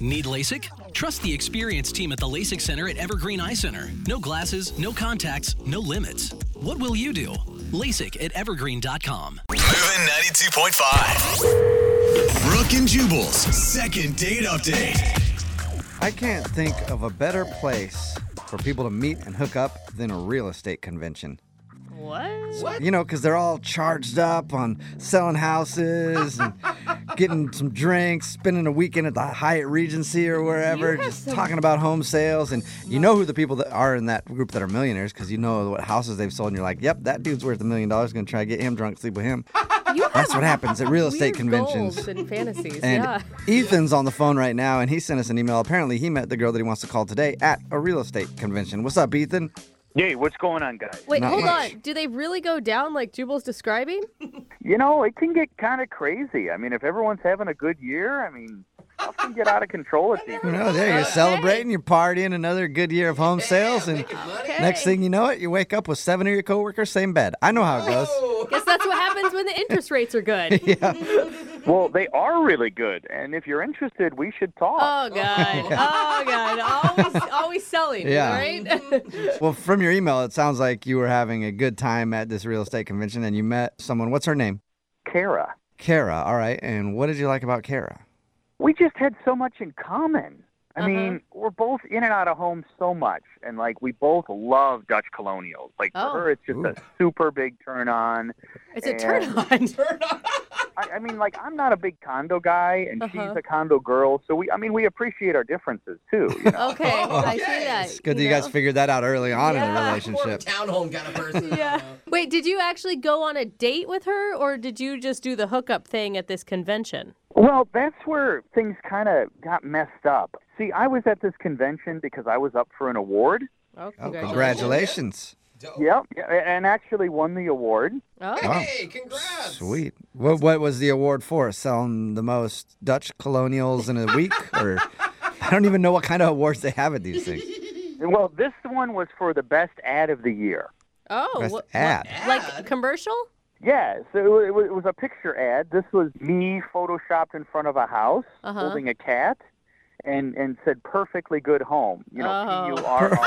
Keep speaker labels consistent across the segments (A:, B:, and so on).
A: Need LASIK? Trust the experienced team at the LASIK Center at Evergreen Eye Center. No glasses, no contacts, no limits. What will you do? LASIK at evergreen.com.
B: Moving 92.5. Brooke and Jubal's second date update.
C: I can't think of a better place for people to meet and hook up than a real estate convention.
D: What?
C: You know, because they're all charged up on selling houses and getting some drinks, spending a weekend at the Hyatt Regency or wherever,
D: You have
C: just
D: some-
C: talking about home sales. And you know who the people that are in that group that are millionaires because you know what houses they've sold. And you're like, yep, that dude's worth a million dollars. Going to try to get him drunk, sleep with him.
D: You
C: That's what happens at real estate
D: weird
C: conventions.
D: goals and fantasies.
C: And
D: yeah.
C: Ethan's on the phone right now, and he sent us an email. Apparently, he met the girl that he wants to call today at a real estate convention. What's up, Ethan?
E: Yay, what's going on, guys?
D: Wait,
C: Not
D: hold
C: much.
D: on. Do they really go down like Jubal's describing?
E: You know, it can get kind of crazy. I mean, if everyone's having a good year, I mean, stuff can get out of control at these.
C: Oh, there you're celebrating, you're partying, another good year of home sales, and next thing you know it, you wake up with seven of your coworkers, same bed. I know how it goes.
D: Guess that's what happens when the interest rates are good.
E: Well, they are really good, and if you're interested, we should talk.
D: Oh god. Oh god. Always always selling,
C: Yeah.
D: right?
C: Well, from your email, it sounds like you were having a good time at this real estate convention, and you met someone. What's her name?
E: Kara,
C: Kara. All right, and what did you like about Kara?
E: we just had so much in common. I
D: Uh-huh.
E: mean, we're both in and out of home so much, and like we both love Dutch colonials. Like
D: Oh.
E: for her, it's just
C: Ooh.
E: a super big turn on.
D: It's a turn on.
E: I, I mean, like I'm not a big condo guy, and
D: Uh-huh.
E: she's a condo girl, so we. I mean, we appreciate our differences too. You know?
D: Okay, I see that.
C: Oh, It's good that you guys figured that out early on in the
D: Uh, Yeah.
C: relationship.
F: townhome kind of person.
D: Yeah. Wait, did you actually go on a date with her or did you just do the hookup thing at this convention?
E: Well, that's where things kind of got messed up. See, I was at this convention because I was up for an award.
D: Oh,
C: Oh, congratulations!
E: Yep, yeah, and actually won the award.
D: Oh.
C: Wow,
F: Hey, congrats.
C: sweet. What what was the award for? Selling the most Dutch colonials in a week, or I don't even know what kind of awards they have at these things.
E: Well, this one was for the best ad of the year.
D: Oh,
C: Press
D: what-
C: ad.
D: what- like commercial?
E: Yeah, so it was, it was a picture ad. This was me photoshopped in front of a house
D: Uh-huh.
E: holding a cat. And, and said perfectly good home. You know,
D: Oh.
E: P U R R.
D: Clever,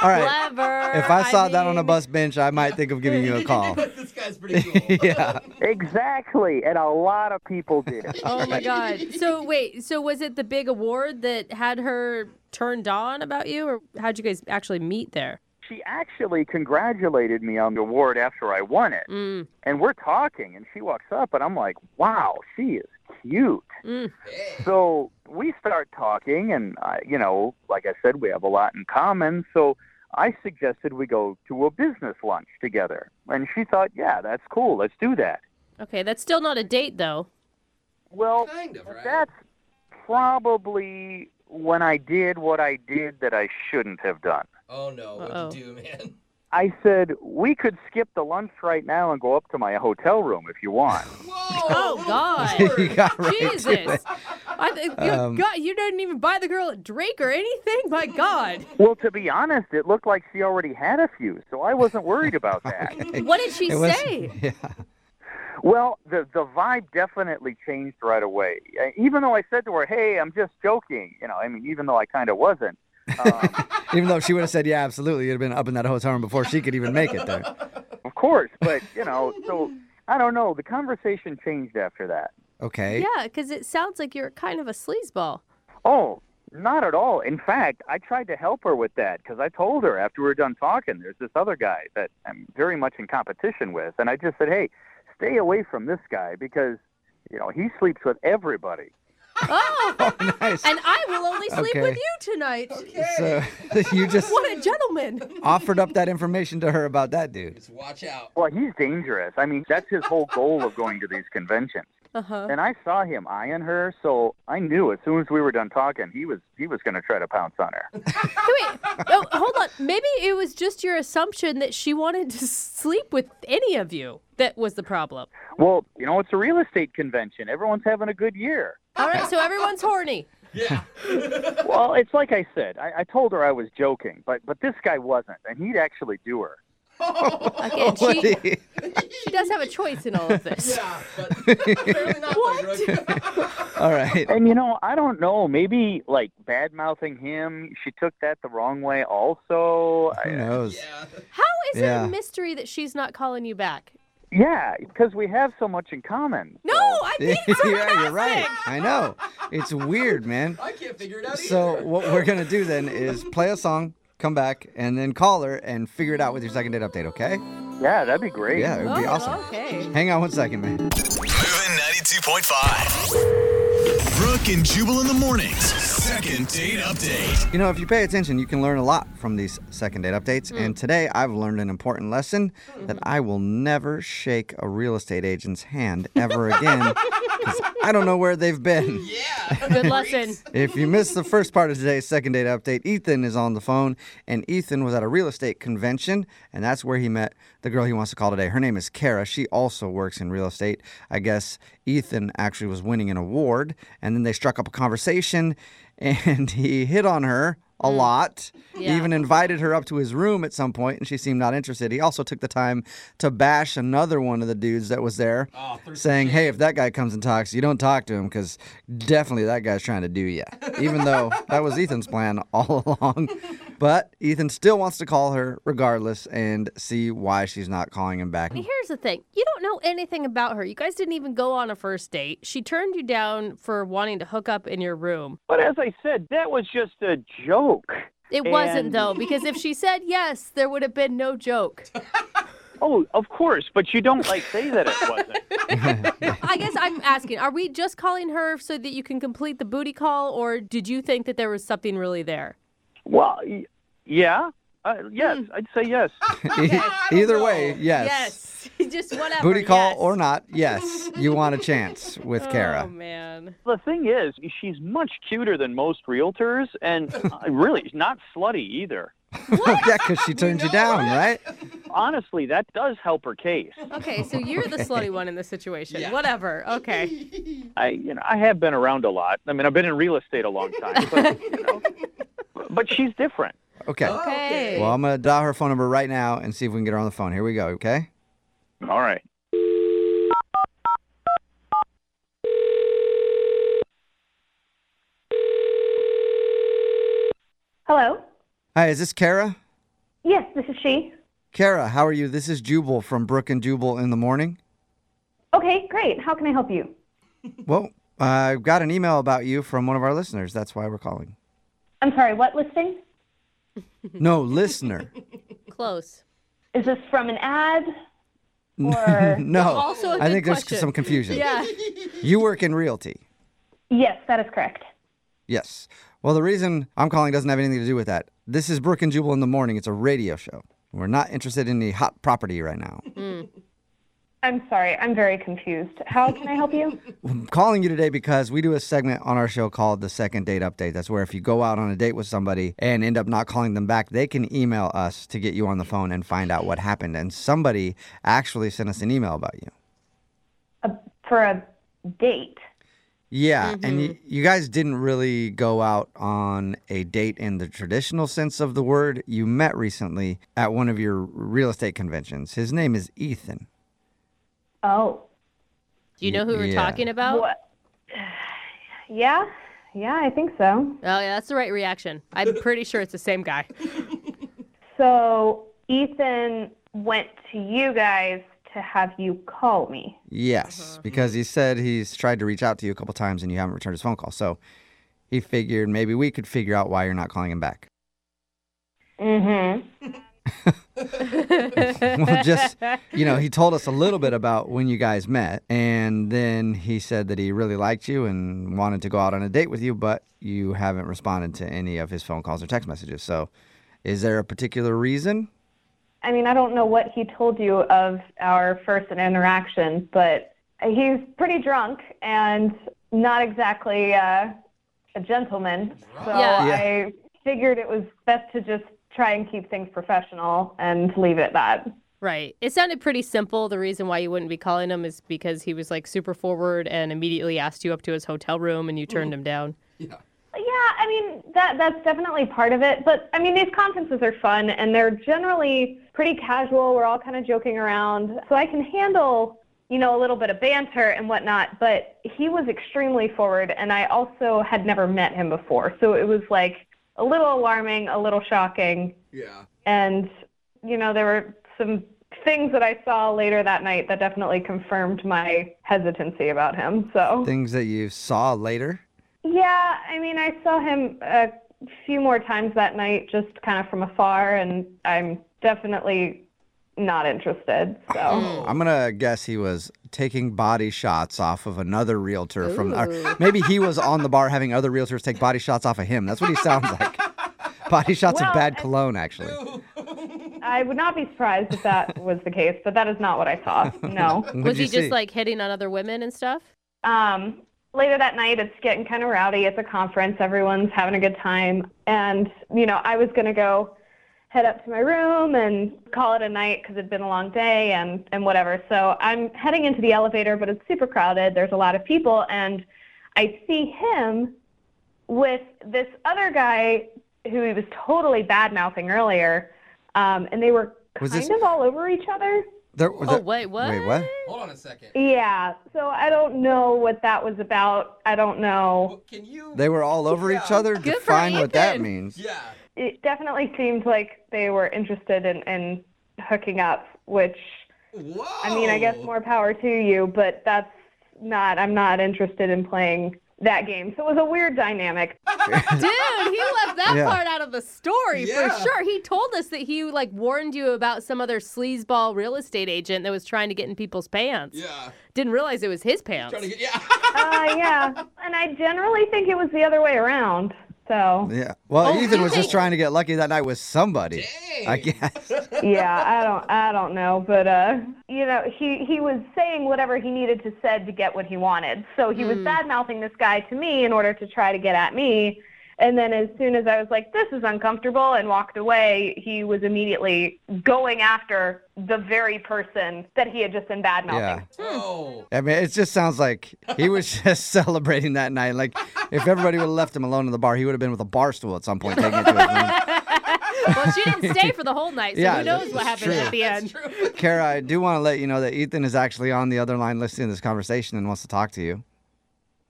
C: All right.
D: clever.
C: If I saw that on a
D: mean-
C: bus bench, I might think of giving you a call.
F: this guy's pretty cool.
C: yeah.
E: Exactly, and a lot of people did.
D: Oh my god. So wait, so was it the big award that had her turned on about you or how'd you guys actually meet there?
E: she actually congratulated me on the award after I won it.
D: Mm.
E: and we're talking and she walks up and i'm like wow she is cute
D: Mm.
E: so we start talking and I, you know like i said we have a lot in common so i suggested we go to a business lunch together and she thought yeah that's cool let's do that
D: Okay, that's still not a date though.
E: well
F: Kind of, right?
E: that's probably when i did what i did that i shouldn't have done
F: Oh no,
D: Uh-oh.
F: what'd you do, man?
E: i said we could skip the lunch right now and go up to my hotel room if you want
F: Whoa!
D: Oh god.
C: you got right.
D: Jesus. I think you
C: Um,
D: god, you didn't even buy the girl a drink or anything. My god.
E: Well, to be honest, it looked like she already had a few, so I wasn't worried about that.
D: What did she
C: It was-
D: say?
C: Yeah.
E: well, the the vibe definitely changed right away. Uh, Even though I said to her, "Hey, I'm just joking," you know, I mean, even though I kind of wasn't. Um,
C: Even though she would have said, yeah, absolutely, you'd have been up in that hotel room before she could even make it there.
E: of course, but you know, so I don't know. The conversation changed after that.
C: Okay.
D: Yeah, cuz it sounds like you're kind of a sleazeball.
E: Oh. Not at all. In fact, I tried to help her with that because I told her after we were done talking, there's this other guy that I'm very much in competition with. And I just said, hey, stay away from this guy because, you know, he sleeps with everybody.
D: Oh,
C: Nice.
D: and I will only sleep
C: Okay.
D: with you tonight.
C: So you just
D: What a gentleman.
C: offered up that information to her about that dude.
F: Just watch out.
E: Well, he's dangerous. I mean, that's his whole goal of going to these conventions.
D: Uh-huh.
E: And I saw him eyeing her, so I knew as soon as we were done talking, he was he was going to try to pounce on her.
D: Wait, oh, hold on. Maybe it was just your assumption that she wanted to sleep with any of you that was the problem.
E: Well, you know, it's a real estate convention. Everyone's having a good year.
D: All right, so everyone's horny.
F: Yeah.
E: Well, it's like I said. I, I told her I was joking, but but this guy wasn't, and he'd actually do her.
D: Again, she, she does have a choice in all of this.
F: Yeah, but apparently not. What?
C: All right.
E: And you know, I don't know. Maybe like bad mouthing him, she took that the wrong way. Also,
C: Who
E: I-
C: knows?
F: yeah.
D: How is it
C: Yeah.
D: a mystery that she's not calling you back?
E: yeah, because we have so much in common.
D: No, I think it's
C: yeah, you're right. I know. It's weird, man.
F: I can't figure it out
C: So
F: either.
C: what we're gonna do then is play a song, come back, and then call her and figure it out with your second date update. Okay?
E: Yeah, that'd be great.
C: Yeah, it would be
D: Oh,
C: awesome.
D: Okay.
C: Hang on one second, man.
B: Moving 92.5. Brooke and Jubal in the mornings. Second date update.
C: You know, if you pay attention, you can learn a lot from these second date
D: Hmm.
C: updates. And today I've learned an important lesson that I will never shake a real estate agent's hand ever again because I don't know where they've been.
F: Yeah.
D: Good lesson.
C: If you missed the first part of today's second date update, Ethan is on the phone, and Ethan was at a real estate convention, and that's where he met the girl he wants to call today. Her name is Kara. She also works in real estate. I guess Ethan actually was winning an award, and then they struck up a conversation, and he hit on her a lot.
D: Yeah.
C: Even invited her up to his room at some point, and she seemed not interested. He also took the time to bash another one of the dudes that was there, saying, "Hey, if that guy comes and talks, you don't talk to him because definitely that guy's trying to do you." Even though that was Ethan's plan all along, but Ethan still wants to call her regardless and see why she's not calling him back.
D: Here's the thing. You don't know anything about her. You guys didn't even go on a first date. She turned you down for wanting to hook up in your room.
E: But as I said, that was just a joke.
D: It wasn't
E: And-
D: though, because if she said yes, there would have been no joke.
E: Oh, of course, but you don't like say that it wasn't.
D: I guess I'm asking, are we just calling her so that you can complete the booty call or did you think that there was something really there?
E: Well, y- yeah. Uh, yes, I'd say yes.
C: E- Either way,
D: Yes. just whatever.
C: Booty call
D: yes.
C: or not, yes, you want a chance with Kara.
D: Oh man.
E: the thing is, she's much cuter than most realtors, and uh, really not slutty either.
D: Oh,
C: yeah, because she turned you down, right?
E: Honestly, that does help her case.
D: Okay, so you're the slutty one in this situation.
F: Yeah.
D: Whatever. Okay.
E: I, you know, I have been around a lot. I mean, I've been in real estate a long time, but, you know, but she's different.
C: Okay.
D: Okay.
C: Well, I'm gonna dial her phone number right now and see if we can get her on the phone. Here we go. Okay.
E: All right.
G: Hello.
C: Hi, is this Kara?
G: Yes, this is she.
C: Kara, how are you? This is Jubal from Brook and Jubal in the morning.
G: Okay, great. How can I help you?
C: Well, I got an email about you from one of our listeners. That's why we're calling.
G: I'm sorry, what listing?
C: No, listener.
D: Close.
G: Is this from an ad? Or
C: No.
D: Also a
C: I
D: good
C: think
D: question.
C: there's some confusion.
D: Yeah.
C: You work in realty.
G: yes, that is correct.
C: Yes. Well, the reason I'm calling doesn't have anything to do with that. This is Brook and Jubal in the morning. It's a radio show. We're not interested in any hot property right now.
G: I'm sorry, I'm very confused. How can I help you?
C: I'm calling you today because we do a segment on our show called the second date update. That's where if you go out on a date with somebody and end up not calling them back, they can email us to get you on the phone and find out what happened. And somebody actually sent us an email about you.
G: For a date.
C: Yeah, and y- you guys didn't really go out on a date in the traditional sense of the word. You met recently at one of your real estate conventions. His name is Ethan.
G: Oh,
D: Do you know who we're
C: Yeah.
D: talking about?
G: what? Yeah, yeah, I think so.
D: Oh yeah, that's the right reaction. I'm pretty sure it's the same guy.
G: So Ethan went to you guys to have you call me.
C: Yes, because he said he's tried to reach out to you a couple times and you haven't returned his phone call. So he figured maybe we could figure out why you're not calling him back.
G: Mm-hmm.
C: well, just, you know, he told us a little bit about when you guys met. And then he said that he really liked you and wanted to go out on a date with you, but you haven't responded to any of his phone calls or text messages. So is there a particular reason?
G: I mean, I don't know what he told you of our first interaction, but he's pretty drunk and not exactly uh, a gentleman. So
D: Yeah.
C: Yeah.
G: I figured it was best to just try and keep things professional and leave it at that.
D: Right. It sounded pretty simple. The reason why you wouldn't be calling him is because he was Mm-hmm. like super forward and immediately asked you up to his hotel room and you turned him down.
G: But yeah, I mean that that's definitely part of it. But I mean these conferences are fun and they're generally pretty casual. We're all kind of joking around, so I can handle you know a little bit of banter and whatnot. But he was extremely forward, and I also had never met him before, so it was like a little alarming, a little shocking,
F: Yeah.
G: and you know there were some things that I saw later that night that definitely confirmed my hesitancy about him. So
C: Things that you saw later.
G: yeah, I mean, I saw him a few more times that night, just kind of from afar, and I'm definitely not interested. So
D: Oh.
C: I'm gonna guess he was taking body shots off of another realtor from, or maybe he was on the bar having other realtors take body shots off of him. That's what he sounds like. Body shots of
G: Well,
C: bad
G: I-
C: cologne, actually.
G: I would not be surprised if that was the case, but that is not what I saw. No.
C: What'd
D: was
C: you
D: he
C: see?
D: just like hitting on other women and stuff?
G: Um, later that night, it's getting kind of rowdy at the conference. Everyone's having a good time. And, you know, I was going to go head up to my room and call it a night because it'd been a long day and, and whatever. So I'm heading into the elevator, but it's super crowded. There's a lot of people. And I see him with this other guy who he was totally bad mouthing earlier. Um, and they were kind
C: Was this-
G: of all over each other.
C: There- was
D: Oh
C: there-
D: wait, what?
C: Wait, what?
F: Hold on a second.
G: Yeah. So I don't know what that was about. I don't know.
F: Well, Can you?
C: They were all over each
F: Yeah.
C: other.
D: Good for
C: Define what that
D: Ethan.
C: means.
F: Yeah.
G: it definitely seemed like they were interested in, in hooking up, which
F: Whoa.
G: I mean, I guess
F: Oh.
G: more power to you, but that's not, I'm not interested in playing that game. So it was a weird dynamic.
D: Dude, he left that
C: Yeah.
D: part out of the story
F: Yeah.
D: for sure. He told us that he like warned you about some other sleazeball real estate agent that was trying to get in people's pants.
F: Yeah.
D: Didn't realize it was his pants.
F: Trying to get. Yeah.
G: Uh, yeah. And I generally think it was the other way around. So
C: Yeah. Well,
D: Oh,
C: Ethan was just
D: Ethan.
C: trying to get lucky that night with somebody. I guess.
G: yeah, I don't, I don't know, but, uh, you know, he, he was saying whatever he needed to said to get what he wanted. So he was bad mouthing this guy to me in order to try to get at me. And then as soon as I was like, this is uncomfortable and walked away, he was immediately going after the very person that he had just been bad
C: Yeah.
G: mouthing.
F: Oh.
C: I mean, it just sounds like he was just celebrating that night. Like, if everybody would have left him alone in the bar, he would have been with a bar stool at some point taking it to his room.
D: well, she didn't stay for the whole night, so
C: Yeah,
D: who knows what
C: that's
D: happened
C: true.
D: at the end.
C: Kara, I do want to let you know that Ethan is actually on the other line listening to this conversation and wants to talk to you.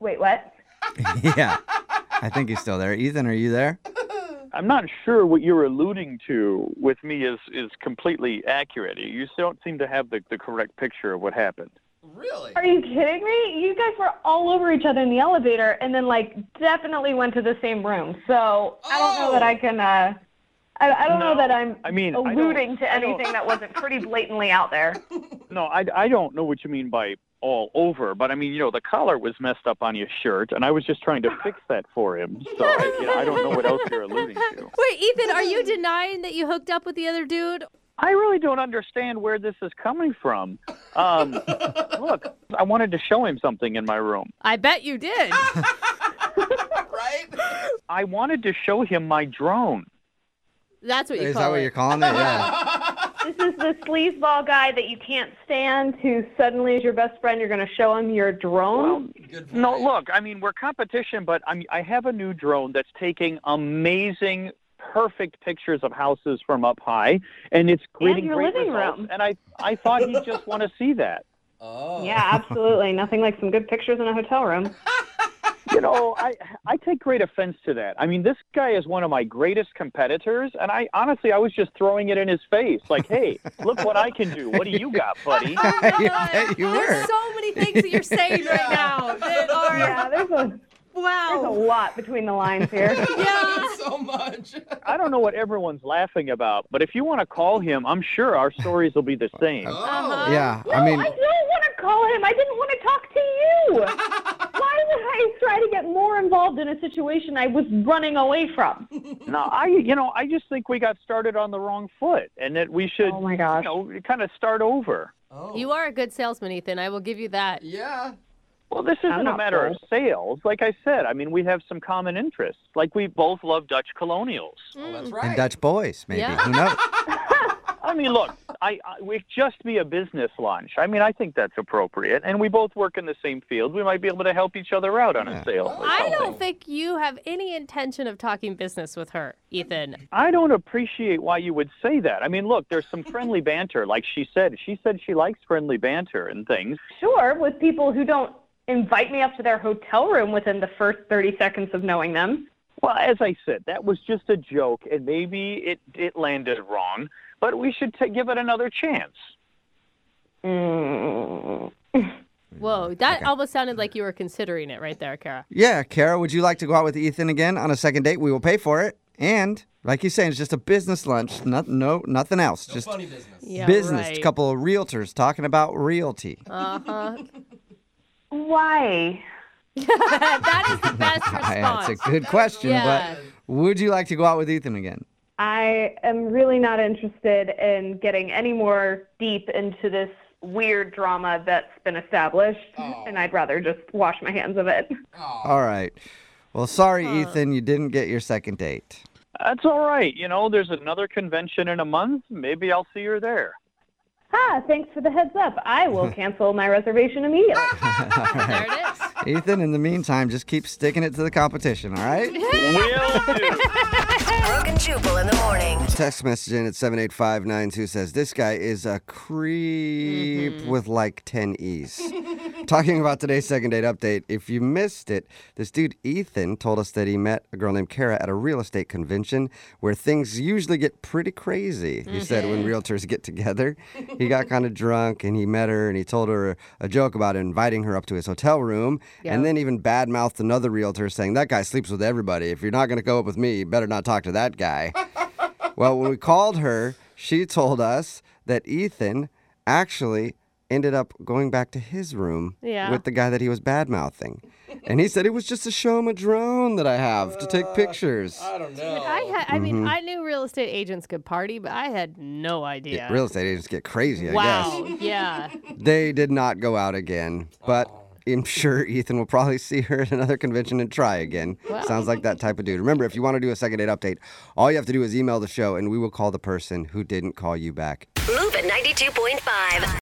G: Wait, what?
C: yeah. I think he's still there. Ethan, are you there?
E: I'm not sure what you're alluding to with me is, is completely accurate. You still don't seem to have the, the correct picture of what happened.
F: Really?
G: Are you kidding me? You guys were all over each other in the elevator and then like definitely went to the same room. So I don't know that I can uh I, I don't know
E: No.
G: that I'm
E: I mean, I don't-
G: alluding to
E: I don't-
G: anything that wasn't pretty blatantly out there.
E: No, I, I don't know what you mean by all over, but I mean, you know, the collar was messed up on your shirt, and I was just trying to fix that for him. So I, you know, I don't know what else you're alluding to.
D: Wait, Ethan, are you denying that you hooked up with the other dude?
E: I really don't understand where this is coming from. Um, look, I wanted to show him something in my room.
D: I bet you did.
F: Right?
E: I wanted to show him my drone.
D: That's what you
C: Is
D: call
C: that what
D: it.
C: you're calling it? Yeah.
G: this is the sleazeball guy that you can't stand who suddenly is your best friend. You're going to show him your drone.
F: Good point.
E: No, look, I mean, we're competition, but I'm, I have a new drone that's taking amazing, perfect pictures of houses from up high, and it's creating
G: your
E: great
G: living
E: results.
G: room.
E: And I, I thought he'd just want to see that.
F: Oh.
G: yeah, absolutely. Nothing like some good pictures in a hotel room.
E: You know, I, I take great offense to that. I mean, this guy is one of my greatest competitors, and I honestly, I was just throwing it in his face, like, "Hey, look what I can do! What do you got, buddy?"
D: Oh,
C: You
D: God.
C: bet you were.
D: There's so many things that you're saying right now that are
G: Yeah, there's a, there's
D: wow.
G: a lot between the lines here.
D: Yeah.
F: So much.
E: I don't know what everyone's laughing about, but if you want to call him, I'm sure our stories will be the same.
F: Oh.
D: Uh-huh.
C: Yeah. I mean,
G: I don't want to call him. I didn't want to talk to you. Why would I try to get more involved in a situation I was running away from?
E: No, I you know I just think we got started on the wrong foot, and that we should
G: Oh my gosh.
E: you know kind of start over.
F: Oh.
D: You are a good salesman, Ethan. I will give you that.
F: Yeah.
E: Well, this isn't a
G: not
E: matter of sales. Like I said, I mean we have some common interests. Like we both love Dutch colonials.
D: Hmm.
F: Oh, that's
C: and
F: right.
C: Dutch boys, maybe.
D: Yeah.
C: Who knows?
E: I mean, look, I, I we just be a business lunch. I mean, I think that's appropriate, and we both work in the same field. We might be able to help each other out on a sale.
C: Oh,
E: or
D: I
E: something.
D: don't think you have any intention of talking business with her, Ethan.
C: Mm-hmm.
E: I don't appreciate why you would say that. I mean, look, there's some friendly banter, like she said. She said she likes friendly banter and things.
G: Sure, with people who don't invite me up to their hotel room within the first 30 seconds of knowing them.
E: Well, as I said, that was just a joke, and maybe it it landed wrong, but we should t- give it another chance.
D: Whoa, that almost sounded like you were considering it right there, Kara.
C: Yeah, Kara, would you like to go out with Ethan again on a second date? We will pay for it. And like you're saying, it's just a business lunch. Not, no, nothing else. just
F: Funny business.
D: Yeah,
C: business.
D: right. Uh-huh.
C: couple of realtors talking about realty.
G: Why?
D: that is the best response.
C: That's a good question,
D: Yeah.
C: but would you like to go out with Ethan again?
G: I am really not interested in getting any more deep into this weird drama that's been established,
C: Oh.
G: and I'd rather just wash my hands of it.
C: All right. Well, sorry, Ethan, you didn't get your second date.
E: That's all right. You know, there's another convention in a month. Maybe I'll see her there.
G: Ah, thanks for the heads up. I will cancel my reservation immediately.
D: there it is.
C: Ethan, in the meantime, just keep sticking it to the competition, all right?
E: Will do.
H: Brooke and Jubal in the morning.
C: Text message in at 78592 says, This guy is a creep with like 10 E's. Talking about today's second date update, if you missed it, this dude Ethan told us that he met a girl named Kara at a real estate convention where things usually get pretty crazy. He said when realtors get together, he got kind of drunk and he met her and he told her a joke about inviting her up to his hotel room and then even badmouthed another realtor saying, That guy sleeps with everybody. If you're not going to go up with me, you better not talk to that guy. Well, when we called her, she told us that Ethan actually ended up going back to his room
D: Yeah.
C: with the guy that he was bad mouthing. And he said it was just to show him a drone that I have to take pictures.
F: I don't know.
D: I had, I
C: Mm-hmm.
D: mean, I knew real estate agents could party, but I had no idea.
C: Real estate agents get crazy, I
D: wow. Yeah.
C: guess. They did not go out again, but I'm sure Ethan will probably see her at another convention and try again. Sounds like that type of dude. Remember, if you want to do a second date update, all you have to do is email the show and we will call the person who didn't call you back.
H: Move at 92.5.